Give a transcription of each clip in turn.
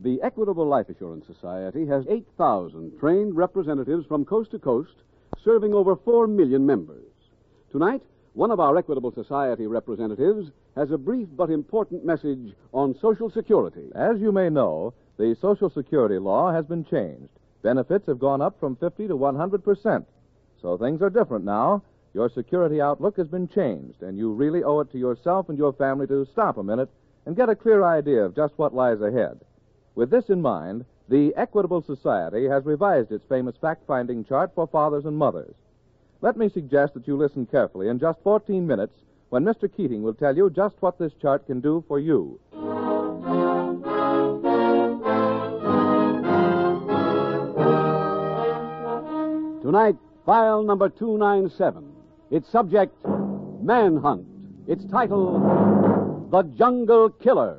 The Equitable Life Assurance Society has 8,000 trained representatives from coast to coast, serving over 4 million members. Tonight, one of our Equitable Society representatives has a brief but important message on Social Security. As you may know, the Social Security law has been changed. Benefits have gone up from 50 to 100%. So things are different now. Your security outlook has been changed, and you really owe it to yourself and your family to stop a minute and get a clear idea of just what lies ahead. With this in mind, the Equitable Society has revised its famous fact finding chart for fathers and mothers. Let me suggest that you listen carefully in just 14 minutes when Mr. Keating will tell you just what this chart can do for you. Tonight, file number 297. Its subject, Manhunt. Its title, The Jungle Killer.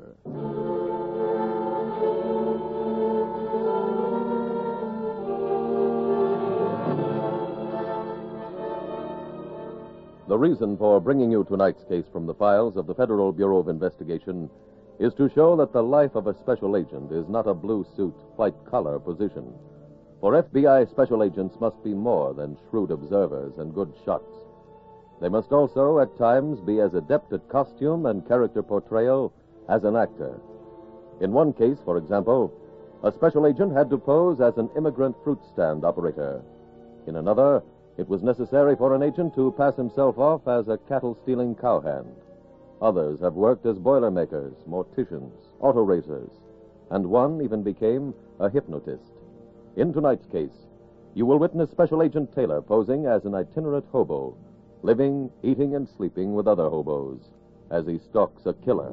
The reason for bringing you tonight's case from the files of the Federal Bureau of Investigation is to show that the life of a special agent is not a blue suit, white collar position. For FBI special agents must be more than shrewd observers and good shots. They must also, at times, be as adept at costume and character portrayal as an actor. In one case, for example, a special agent had to pose as an immigrant fruit stand operator. In another, it was necessary for an agent to pass himself off as a cattle stealing cowhand. Others have worked as boilermakers, morticians, auto racers, and one even became a hypnotist. In tonight's case, you will witness Special Agent Taylor posing as an itinerant hobo, living, eating, and sleeping with other hobos as he stalks a killer.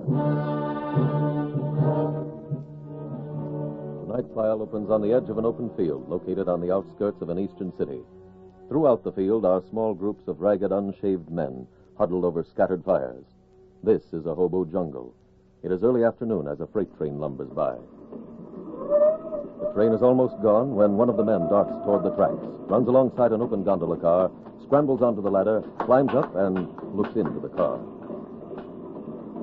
Tonight's file opens on the edge of an open field located on the outskirts of an eastern city. Throughout the field are small groups of ragged, unshaved men huddled over scattered fires. This is a hobo jungle. It is early afternoon as a freight train lumbers by. The train is almost gone when one of the men darts toward the tracks, runs alongside an open gondola car, scrambles onto the ladder, climbs up, and looks into the car.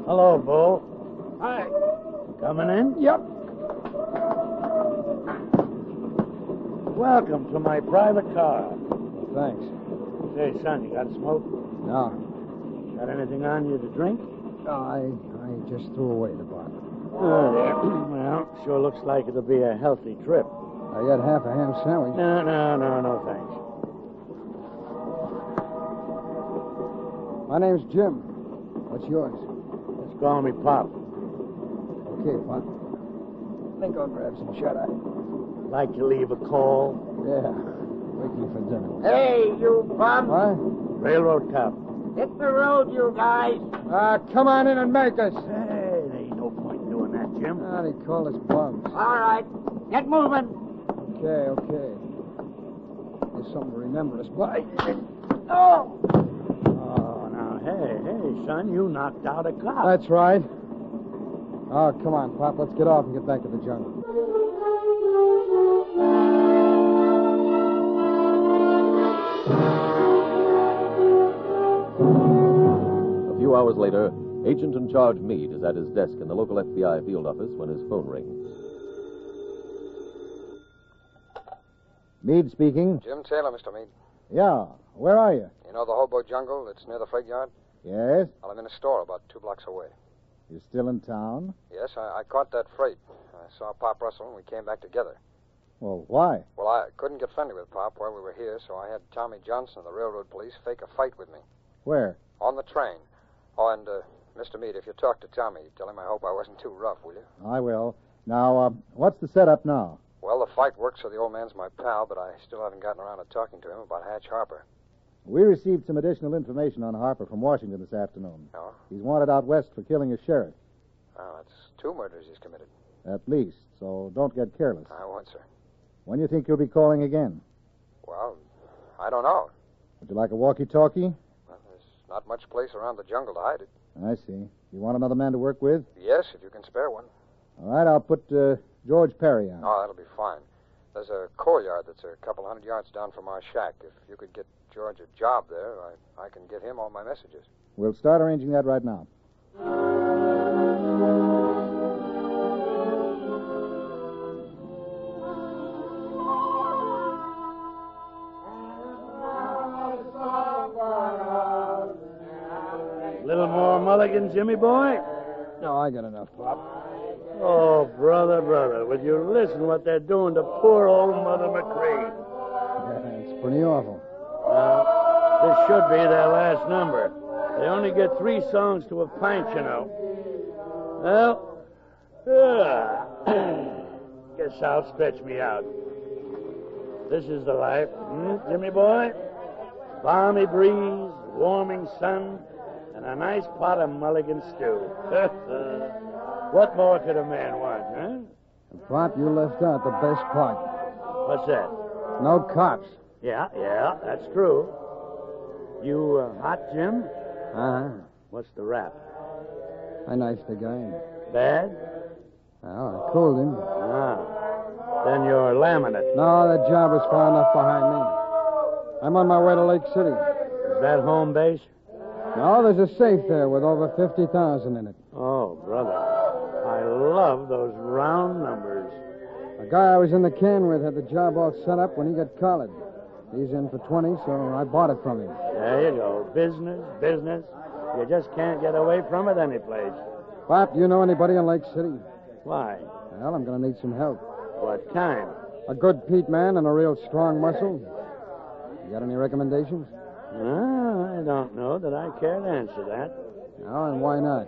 Hello, Bo. Hi. Coming in? Yep. Welcome to my private car. Thanks. Say, son, you got a smoke? No, Got anything on you to drink? Oh, I I just threw away the bottle. Oh, there. well, sure looks like it'll be a healthy trip. I got half a ham sandwich. No, no, no, no, thanks. My name's Jim. What's yours? Just call me Pop. Okay, Pop. Think I'll grab some shut eye. Like to leave a call? Yeah. Waiting for dinner. Hey, you bum. What? Railroad cop. Hit the road, you guys. Uh, come on in and make us. Hey, there ain't no point in doing that, Jim. Ah, they call us bums. All right. Get moving. Okay, okay. There's something to remember us by. Oh! Oh, now, hey, hey, son, you knocked out a cop. That's right. Oh, come on, Pop. Let's get off and get back to the jungle. A few hours later, agent in charge Meade is at his desk in the local FBI field office when his phone rings. Meade speaking. Jim Taylor, Mr. Meade. Yeah. Where are you? You know the hobo jungle that's near the freight yard? Yes. Well, I'm in a store about two blocks away. You're still in town? Yes, I, I caught that freight. I saw Pop Russell and we came back together. Well, why? Well, I couldn't get friendly with Pop while we were here, so I had Tommy Johnson of the railroad police fake a fight with me Where? on the train. Oh, and, uh, Mr. Meade, if you talk to Tommy, tell him I hope I wasn't too rough, will you? I will. Now, uh, what's the setup now? Well, the fight worked, so the old man's my pal, but I still haven't gotten around to talking to him about Hatch Harper. We received some additional information on Harper from Washington this afternoon. No? He's wanted out west for killing a sheriff, Oh, that's two murders he's committed. at least, so don't get careless. I won't, sir. When do you think you'll be calling again? Well, I don't know. Would you like a walkie talkie? Well, there's not much place around the jungle to hide it. I see. You want another man to work with? Yes, if you can spare one. All right, I'll put uh, George Perry on. Oh, that'll be fine. There's a coal yard that's a couple hundred yards down from our shack. If you could get George a job there, I, I can give him all my messages. We'll start arranging that right now. Little more mulligan, Jimmy boy? No, I got enough, Pop. Oh, brother, brother, would you listen what they're doing to poor old Mother McCree? it's pretty awful. Now, this should be their last number. They only get three songs to a pint, you know. Well, ah, guess I'll stretch me out. This is the life, hmm, Jimmy boy? Balmy breeze, warming sun, and a nice pot of mulligan stew. what more could a man want, huh? Pop, you left out the best part. What's that? No cops. Yeah, yeah, that's true. You uh, hot, Jim? Uh-huh. What's the rap? I knifed the guy. Bad? Well, I cooled him. Ah. Then you're laminate. No, that job was far enough behind me. I'm on my way to Lake City. Is that home base? No, there's a safe there with over 50000 in it. Oh, brother. I love those round numbers. The guy I was in the can with had the job all set up when he got collared. He's in for 20, so I bought it from him. There you go. Business, business. You just can't get away from it anyplace. Pop, do you know anybody in Lake City? Why? Well, I'm going to need some help. What kind? A good Pete man and a real strong muscle. You got any recommendations? Ah, I don't know that I care to answer that. No, and why not?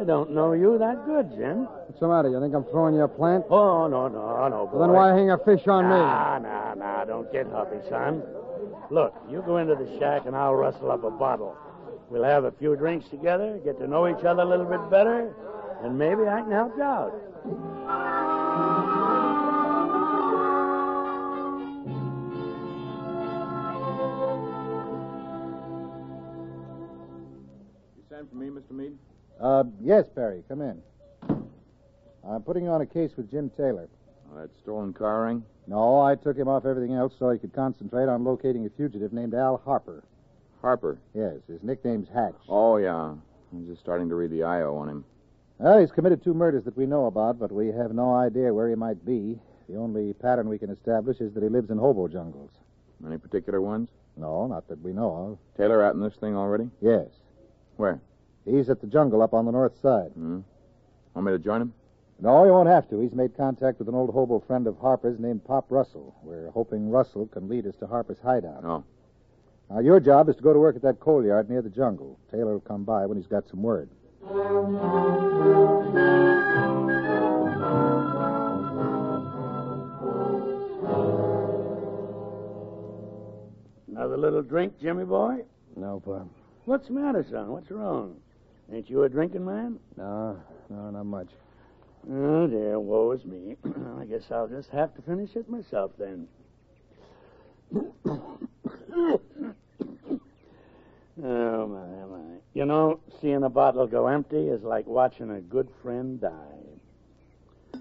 I don't know you that good, Jim. What's the matter? You think I'm throwing you a plant? Oh, no, no, no, boy. Well, then why hang a fish on me? Nah, nah, nah. Don't get huffy, son. Look, you go into the shack and I'll rustle up a bottle. We'll have a few drinks together, get to know each other a little bit better, and maybe I can help you out. You send for me, Mr. Meade? Uh, yes, Perry, come in. I'm putting you on a case with Jim Taylor. Oh, that stolen car ring? No, I took him off everything else so he could concentrate on locating a fugitive named Al Harper. Harper. Yes, his nickname's Hatch. Oh, yeah. I'm just starting to read the I.O. on him. Well, he's committed two murders that we know about, but we have no idea where he might be. The only pattern we can establish is that he lives in hobo jungles. Any particular ones? No, not that we know of. Taylor out in this thing already? Yes. Where? He's at the jungle up on the north side. Want me to join him? No, you won't have to. He's made contact with an old hobo friend of Harper's named Pop Russell. We're hoping Russell can lead us to Harper's hideout. Oh. Now, your job is to go to work at that coal yard near the jungle. Taylor will come by when he's got some word. Another little drink, Jimmy boy? No, Pop. What's the matter, son? What's wrong? Ain't you a drinking man? No, no, not much. Oh, dear, woe is me. I guess I'll just have to finish it myself then. oh, my, my. You know, seeing a bottle go empty is like watching a good friend die.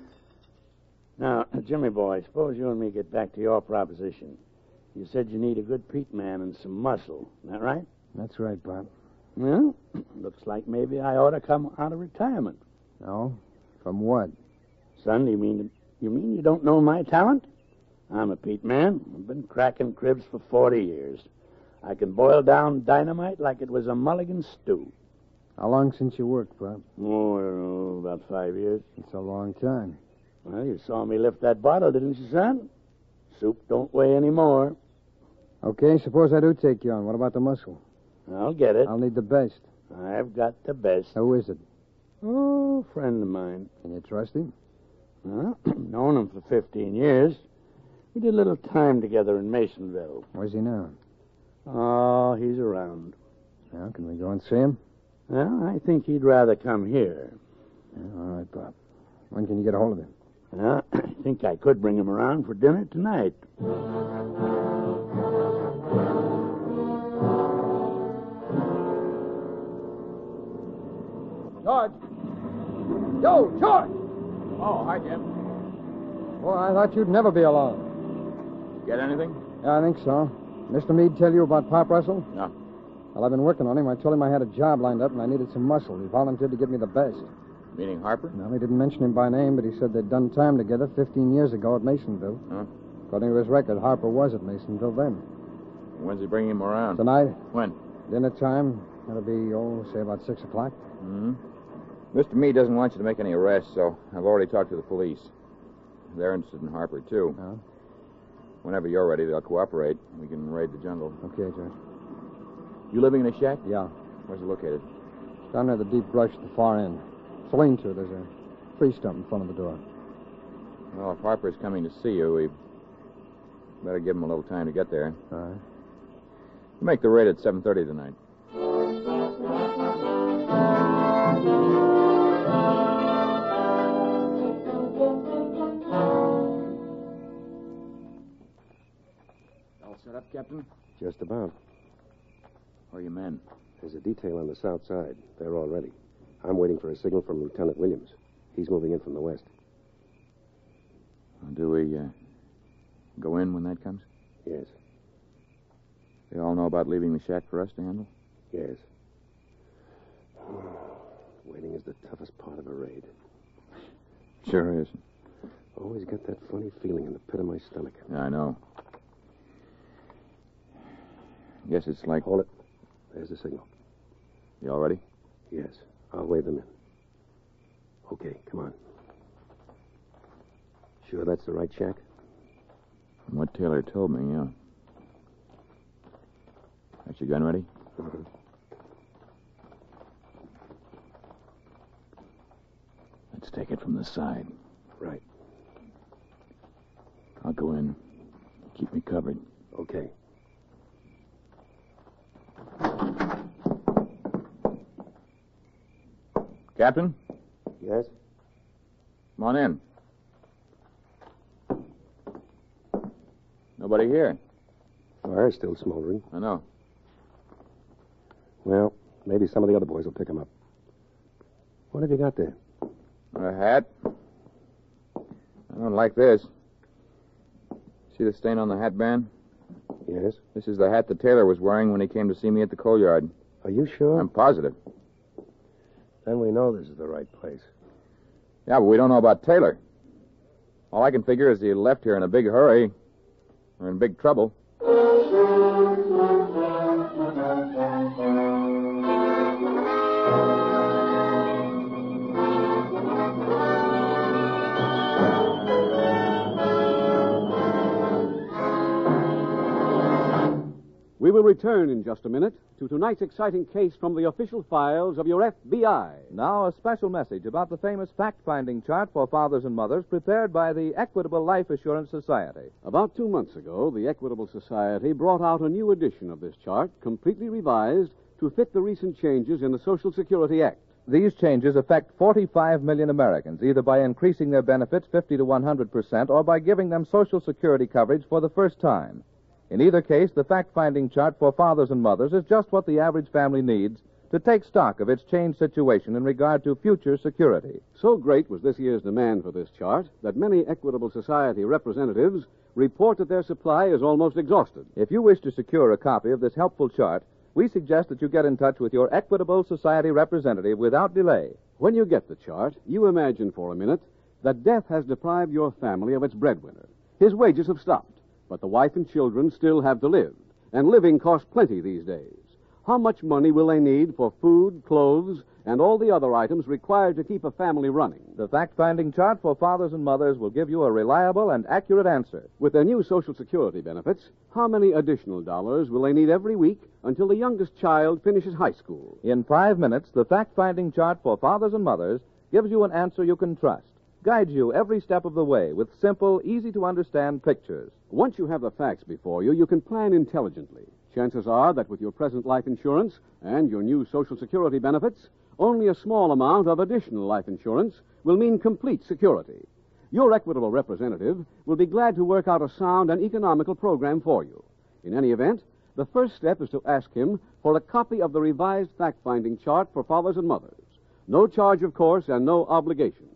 Now, Jimmy boy, suppose you and me get back to your proposition. You said you need a good peat man and some muscle. Isn't that right? That's right, Pop. Well, looks like maybe I ought to come out of retirement. No? From what? Son, you mean you mean you don't know my talent? I'm a peat man. I've been cracking cribs for forty years. I can boil down dynamite like it was a mulligan stew. How long since you worked, Pop? Oh, I don't know, about five years. It's a long time. Well, you saw me lift that bottle, didn't you, son? Soup don't weigh any more. Okay, suppose I do take you on. What about the muscle? I'll get it. I'll need the best. I've got the best. Who is it? Oh, friend of mine. Can you trust him? Huh? Known him for fifteen years. We did a little time together in Masonville. Where's he now? Oh, he's around. Now, can we go and see him? Well, I think he'd rather come here. Yeah, all right, Bob. When can you get a hold of him? Well, I think I could bring him around for dinner tonight. George. Yo, George! Oh, hi, Jim. Boy, I thought you'd never be alone. Get anything? Yeah, I think so. Mr. Mead tell you about Pop Russell? No. Well, I've been working on him. I told him I had a job lined up and I needed some muscle. He volunteered to give me the best. Meeting Harper? Well, he didn't mention him by name, but he said they'd done time together 15 years ago at Masonville. Huh. According to his record, Harper was at Masonville then. When's he bringing him around? Tonight, When? dinner time. That'll be, oh, say about 6 o'clock. hmm Mr. Meade doesn't want you to make any arrests, so I've already talked to the police. They're interested in Harper, too. Huh? Whenever you're ready, they'll cooperate. We can raid the jungle. Okay, George. You living in a shack? Yeah. Where's it located? It's down near the deep brush at the far end. It's a lean to. There's a tree stump in front of the door. Well, if Harper's coming to see you, we better give him a little time to get there. All right. You make the raid at 7.30 tonight. All set up, Captain? Just about. Where are your men? There's a detail on the south side. They're all ready. I'm waiting for a signal from Lieutenant Williams. He's moving in from the west. Do we uh, go in when that comes? Yes, They all know about leaving the shack for us to handle? yes. Waiting is the toughest part of a raid. Sure is. Always got that funny feeling in the pit of my stomach. Yeah, I know. Guess it's like... Hold it. There's the signal. You all ready? Yes, I'll wave them in. Okay, come on. Sure that's the right shack? From what Taylor told me, yeah. Got your gun ready? Let's take it from the side. Right. I'll go in. Keep me covered. Okay. Captain, Yes? come on in. Nobody here. Fire's still smoldering. I know. Well, maybe some of the other boys will pick him up. What have you got there? A hat. I don't like this. See the stain on the hat band? Yes? This is the hat that Taylor was wearing when he came to see me at the coal yard. Are you sure? I'm positive. Then we know this is the right place. Yeah, but we don't know about Taylor. All I can figure is he left here in a big hurry. We're in big trouble. We will return in just a minute to tonight's exciting case from the official files of your FBI. Now, a special message about the famous fact finding chart for fathers and mothers prepared by the Equitable Life Assurance Society. About two months ago, the Equitable Society brought out a new edition of this chart, completely revised to fit the recent changes in the Social Security Act. These changes affect 45 million Americans, either by increasing their benefits 50 to 100 percent or by giving them Social Security coverage for the first time. In either case, the fact finding chart for fathers and mothers is just what the average family needs to take stock of its changed situation in regard to future security. So great was this year's demand for this chart that many Equitable Society representatives report that their supply is almost exhausted. If you wish to secure a copy of this helpful chart, we suggest that you get in touch with your Equitable Society representative without delay. When you get the chart, you imagine for a minute that death has deprived your family of its breadwinner. His wages have stopped, but the wife and children still have to live, and living costs plenty these days. How much money will they need for food, clothes, and all the other items required to keep a family running? The fact finding chart for fathers and mothers will give you a reliable and accurate answer. With their new Social Security benefits, how many additional dollars will they need every week until the youngest child finishes high school? In five minutes, the fact finding chart for fathers and mothers gives you an answer you can trust, guides you every step of the way with simple, easy to understand pictures. Once you have the facts before you, you can plan intelligently, Chances are that with your present life insurance and your new Social Security benefits, only a small amount of additional life insurance will mean complete security. Your equitable representative will be glad to work out a sound and economical program for you. In any event, the first step is to ask him for a copy of the revised fact finding chart for fathers and mothers. No charge, of course, and no obligation.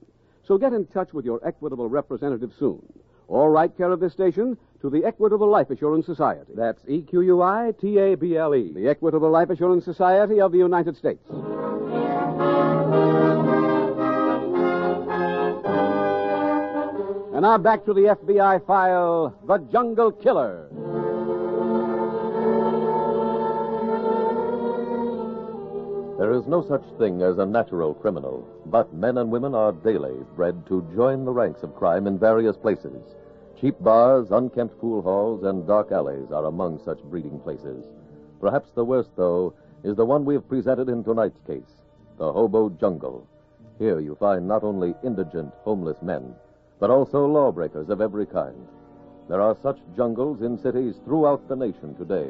So get in touch with your equitable representative soon. Or write care of this station to the Equitable Life Assurance Society. That's E Q U I T A B L E. The Equitable Life Assurance Society of the United States. And now back to the FBI file The Jungle Killer. There is no such thing as a natural criminal, but men and women are daily bred to join the ranks of crime in various places. Cheap bars, unkempt pool halls, and dark alleys are among such breeding places. Perhaps the worst, though, is the one we have presented in tonight's case the hobo jungle. Here you find not only indigent, homeless men, but also lawbreakers of every kind. There are such jungles in cities throughout the nation today.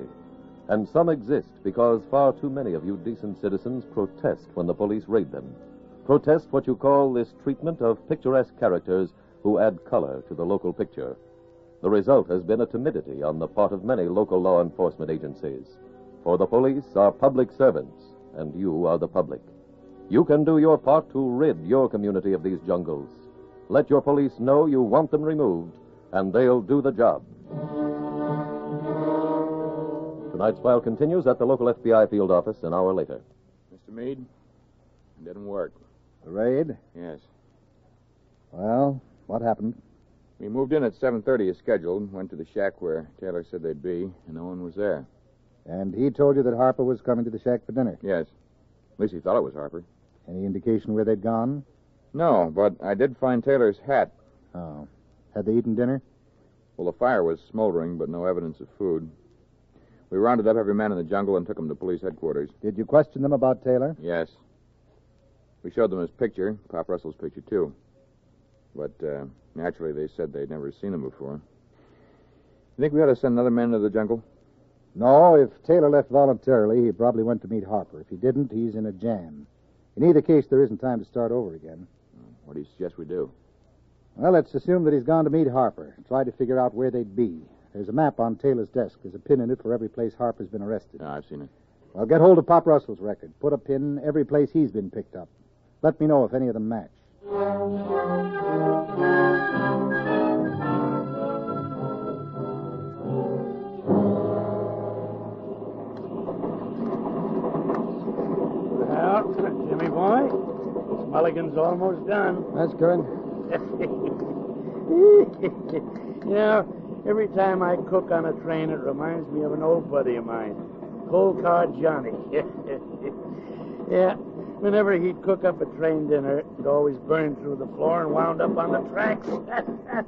And some exist because far too many of you decent citizens protest when the police raid them. Protest what you call this treatment of picturesque characters who add color to the local picture. The result has been a timidity on the part of many local law enforcement agencies. For the police are public servants, and you are the public. You can do your part to rid your community of these jungles. Let your police know you want them removed, and they'll do the job. Tonight's file continues at the local FBI field office an hour later. Mr. Meade, it didn't work. The raid? Yes. Well, what happened? We moved in at 7.30 as scheduled, went to the shack where Taylor said they'd be, and no one was there. And he told you that Harper was coming to the shack for dinner. Yes. At least he thought it was Harper. Any indication where they'd gone? No, but I did find Taylor's hat. Oh. Had they eaten dinner? Well, the fire was smoldering, but no evidence of food. We rounded up every man in the jungle and took him to police headquarters. Did you question them about Taylor? Yes. We showed them his picture, Pop Russell's picture, too. But uh, naturally, they said they'd never seen him before. You think we ought to send another man to the jungle? No, if Taylor left voluntarily, he probably went to meet Harper. If he didn't, he's in a jam. In either case, there isn't time to start over again. What do you suggest we do? Well, let's assume that he's gone to meet Harper, try to figure out where they'd be. There's a map on Taylor's desk. There's a pin in it for every place Harper's been arrested. No, I've seen it. Well, get hold of Pop Russell's record. Put a pin every place he's been picked up. Let me know if any of them match. Well, Jimmy boy, this mulligan's almost done. That's good. you know, every time I cook on a train, it reminds me of an old buddy of mine, Coal Car Johnny. yeah, whenever he'd cook up a train dinner, it always burned through the floor and wound up on the tracks.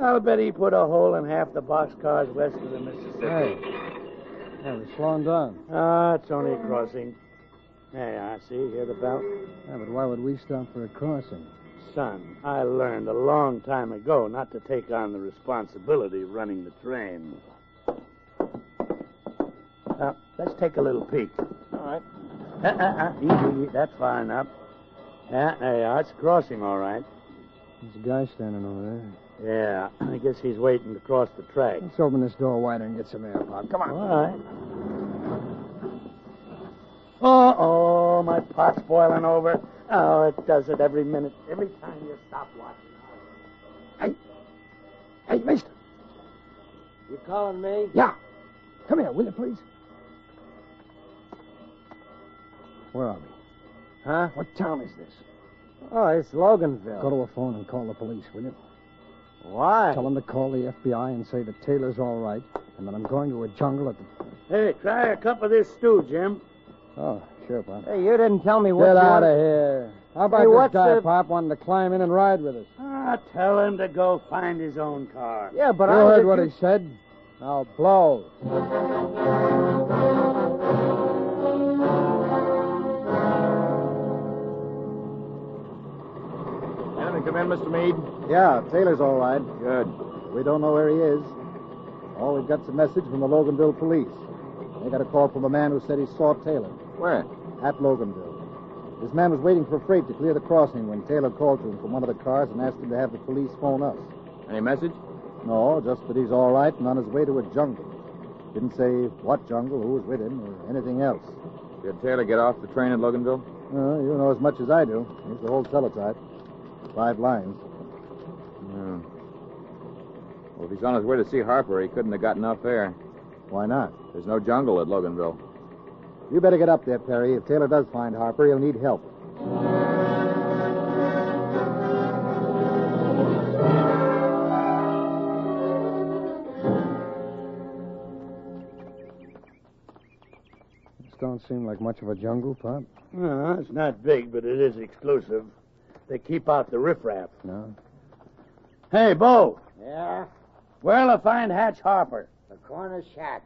I'll bet he put a hole in half the boxcars west of the Mississippi. Hey. Yeah, we're slowing down. Ah, it's only a crossing. Hey, I see. Hear the bell? Yeah, but why would we stop for a crossing? Son, I learned a long time ago not to take on the responsibility of running the train. Now, let's take a little peek. All right. Uh, uh, uh, easy, easy. That's far enough. Yeah, there you are. It's crossing, all right. There's a guy standing over there. Yeah, I guess he's waiting to cross the track. Let's open this door wider and get some air, Pop. Come on. All right. Uh-oh, my pot's boiling over. Oh, it does it every minute, every time you stop watching. Hey. Hey, mister. You calling me? Yeah. Come here, will you, please? Where are we? Huh? What town is this? Oh, it's Loganville. Go to a phone and call the police, will you? Why? Tell them to call the FBI and say that Taylor's all right, and that I'm going to a jungle at the. Hey, try a cup of this stew, Jim. Oh, sure, Pop. Hey, you didn't tell me what Get you out wanted- of here. How about Hey, this what's guy, the- Pop, wanting to climb in and ride with us? Ah, tell him to go find his own car. Yeah, but you I was heard at what you- he said. Now blow. Gentlemen, come in, Mr. Meade. Yeah, Taylor's all right. Good. We don't know where he is. All we've got's a message from the Loganville police. They got a call from a man who said he saw Taylor Where? at Loganville. This man was waiting for freight to clear the crossing when Taylor called to him from one of the cars and asked him to have the police phone us. Any message? No, just that he's all right and on his way to a jungle. Didn't say what jungle, who was with him, or anything else. Did Taylor get off the train at Loganville? Uh, you know as much as I do. Here's the whole teletype. Five lines. No. Well, if he's on his way to see Harper, he couldn't have gotten off there. Why not? There's no jungle at Loganville. You better get up there, Perry. If Taylor does find Harper, he'll need help. This don't seem like much of a jungle, Pop. No, it's not big, but it is exclusive. They keep out the riffraff. No. Hey, Bo, Yeah? where'll I find Hatch Harper? The corner shack.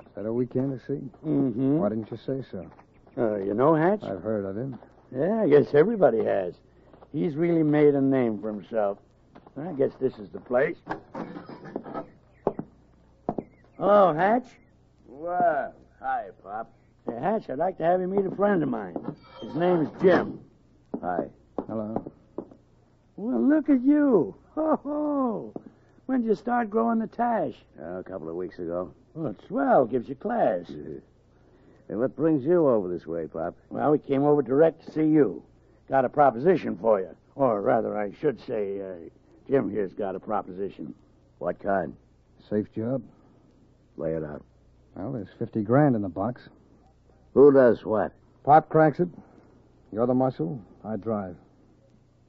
Is that all we came to see? Mm-hmm. Why didn't you say so? Uh, you know Hatch? I've heard of him. Yeah, I guess everybody has. He's really made a name for himself. I guess this is the place. Hello, Oh, Hatch. Well, hi, Pop. Hey, Hatch, I'd like to have you meet a friend of mine. His name's Jim. Hi. Hello. Well, look at you. Ho ho. When'd you start growing the tash? Uh, a couple of weeks ago. Well, it's swell. Gives you class. Hey, what brings you over this way, Pop? Well, we came over direct to see you. Got a proposition for you. Or rather, I should say, uh, Jim here's got a proposition. What kind? Safe job? Lay it out. Well, there's 50 grand in the box. Who does what? Pop cracks it. You're the muscle. I drive.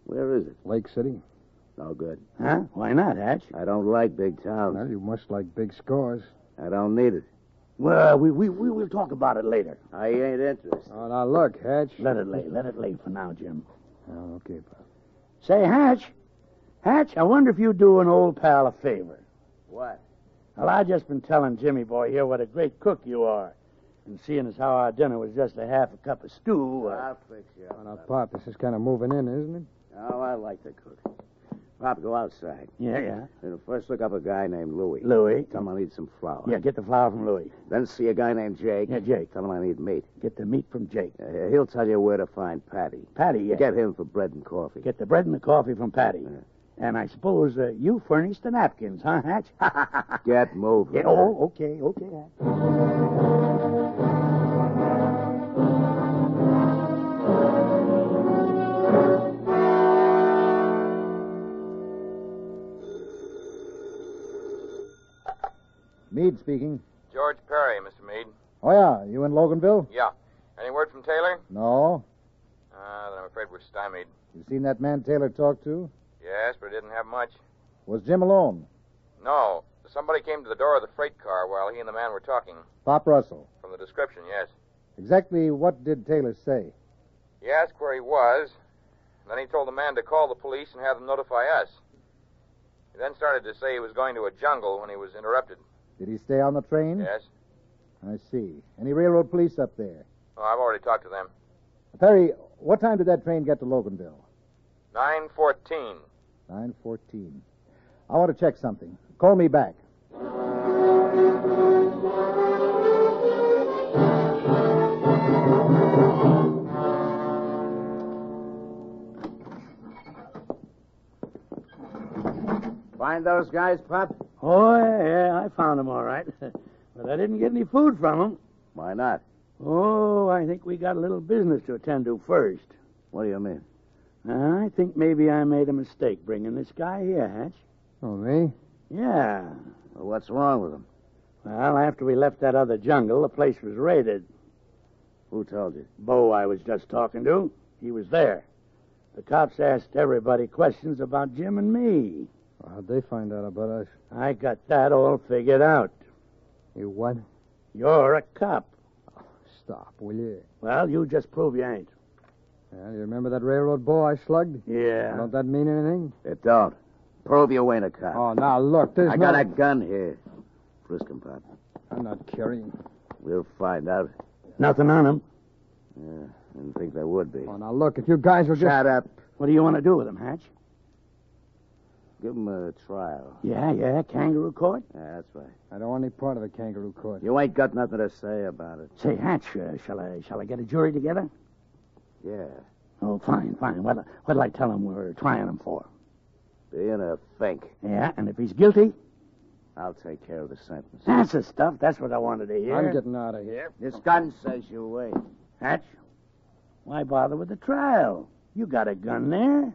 Where is it? Lake City. No good. Huh? Why not, Hatch? I don't like big Well, towns. you must like big scores. I don't need it. Well, we, we, we will talk about it later. I ain't interested. Oh, now look, Hatch. Let it lay. Let it lay for now, Jim. Oh, okay, Pop. Say, Hatch. Hatch, I wonder if you do an old pal a favor. What? Well, I just been telling Jimmy boy here what a great cook you are. And seeing as how our dinner was just a half a cup of stew. Uh, I'll fix you Oh, up. now, Pop. Pop, this is kind of moving in, isn't it? Oh, I like to cook. Pop, go outside. yeah, yeah. Then first look up a guy named Louie. Louis. Tell him I need some flour. Yeah, get the flour from Louis. Then see a guy named Jake. Yeah, Jake. Tell him I need meat. Get the meat from Jake. Uh, he'll tell you where to find Patty. Patty, yeah. Get him for bread and coffee. Get the bread and the coffee from Patty. And I suppose uh, you furnish the napkins, huh, Hatch? Get moving. yeah, oh, okay, okay, Hatch. Meade speaking. George Perry, Mr. Meade. Oh, yeah. You in Loganville? Yeah. Any word from Taylor? No. Uh, then I'm afraid we're stymied. You seen that man Taylor talked to? Yes, but it didn't have much. Was Jim alone? No. Somebody came to the door of the freight car while he and the man were talking. Pop Russell. From the description, yes. Exactly what did Taylor say? He asked where he was. Then he told the man to call the police and have them notify us. He then started to say he was going to a jungle when he was interrupted. Did he stay on the train? Hmm. Yes? I see. Any railroad police up there? Oh, I've already talked to them. Perry, what time did that train get to Loganville? 914. 9.14. I want to check something. Call me back. Find those guys, Pop? Oh, yeah, yeah, I found them all right. but I didn't get any food from them. Why not? Oh, I think we got a little business to attend to first. Uh, What do you mean? I think maybe I made a mistake bringing this guy here, Hatch. Oh, me? Yeah. Well, what's wrong with them? Well, after we left that other jungle, the place was raided. Who told you? Bo, I was just talking to, he was there. The cops asked everybody questions about Jim and me. Well, how'd they find out about us? I got that all figured out. You what? You're a cop. Stop, will you? Well, you just prove you ain't. Well, you remember that railroad bull I slugged? Yeah. Don't that mean anything? It don't. Prove you ain't a cop. Oh, now look, there's I no... got a gun here. Frisk 'em, Pop. I'm not carrying. We'll find out. Nothing on him. Yeah, didn't think there would be. Oh, now look, if you guys will just... Shut up. What do you want to do with him, Hatch? Give him a trial. Yeah, yeah, kangaroo court. Yeah, that's right. I don't want any part of the kangaroo court. You ain't got nothing to say about it. Say, Hatch, uh, shall I shall I get a jury together? Yeah. Oh, fine, fine. What what'll I tell him we're trying him for? Being a fink. Yeah, and if he's guilty, I'll take care of the sentence. that's the stuff. That's what I wanted to hear. I'm getting out of here. This gun says you wait. Hatch, why bother with the trial? You got a gun there.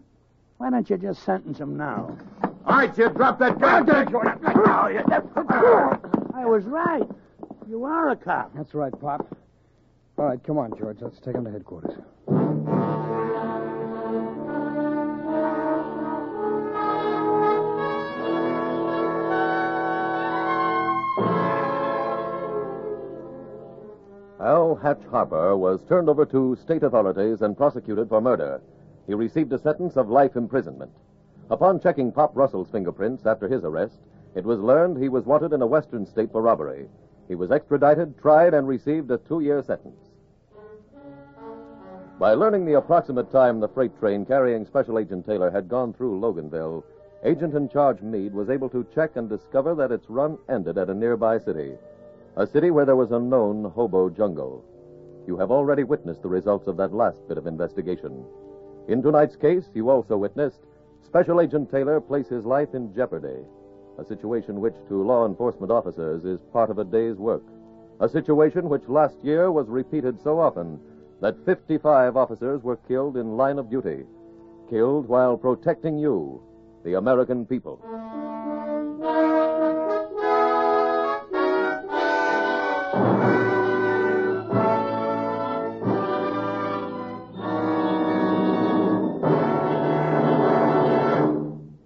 Why don't you just sentence him now? All right, you drop that gun. I was right. You are a cop. That's right, Pop. All right, come on, George. Let's take him to headquarters. Al Hatch Harper was turned over to state authorities and prosecuted for murder. He received a sentence of life imprisonment. Upon checking Pop Russell's fingerprints after his arrest, it was learned he was wanted in a western state for robbery. He was extradited, tried, and received a two year sentence. By learning the approximate time the freight train carrying Special Agent Taylor had gone through Loganville, Agent in Charge Meade was able to check and discover that its run ended at a nearby city a city where there was a known hobo jungle. You have already witnessed the results of that last bit of investigation. In tonight's case, you also witnessed Special Agent Taylor place his life in jeopardy, a situation which to law enforcement officers is part of a day's work, a situation which last year was repeated so often that 55 officers were killed in line of duty, killed while protecting you, the American people.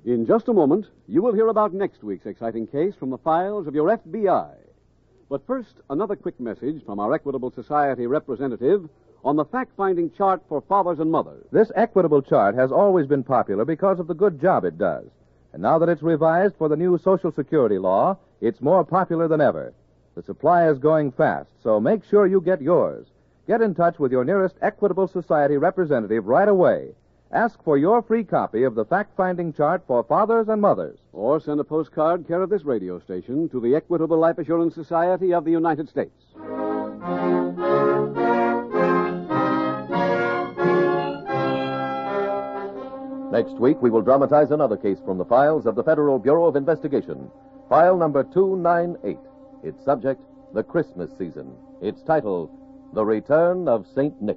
In just a moment, you will hear about next week's exciting case from the files of your FBI. But first, another quick message from our Equitable Society representative on the fact finding chart for fathers and mothers. This equitable chart has always been popular because of the good job it does. And now that it's revised for the new Social Security law, it's more popular than ever. The supply is going fast, so make sure you get yours. Get in touch with your nearest Equitable Society representative right away. Ask for your free copy of the fact finding chart for fathers and mothers. Or send a postcard care of this radio station to the Equitable Life Assurance Society of the United States. Next week, we will dramatize another case from the files of the Federal Bureau of Investigation. File number 298. Its subject, the Christmas season. Its title, The Return of St. Nick.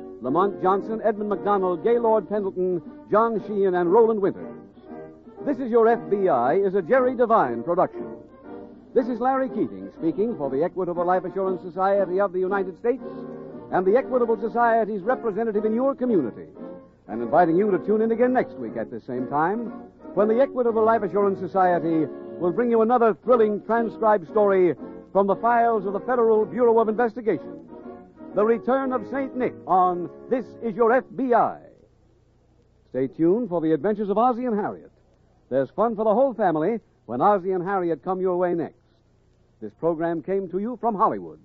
Lamont Johnson, Edmund McDonald, Gaylord Pendleton, John Sheehan, and Roland Winters. This is Your FBI is a Jerry Devine production. This is Larry Keating speaking for the Equitable Life Assurance Society of the United States and the Equitable Society's representative in your community, and inviting you to tune in again next week at this same time when the Equitable Life Assurance Society will bring you another thrilling transcribed story from the files of the Federal Bureau of Investigation. The Return of St. Nick on This Is Your FBI. Stay tuned for the adventures of Ozzie and Harriet. There's fun for the whole family when Ozzie and Harriet come your way next. This program came to you from Hollywood.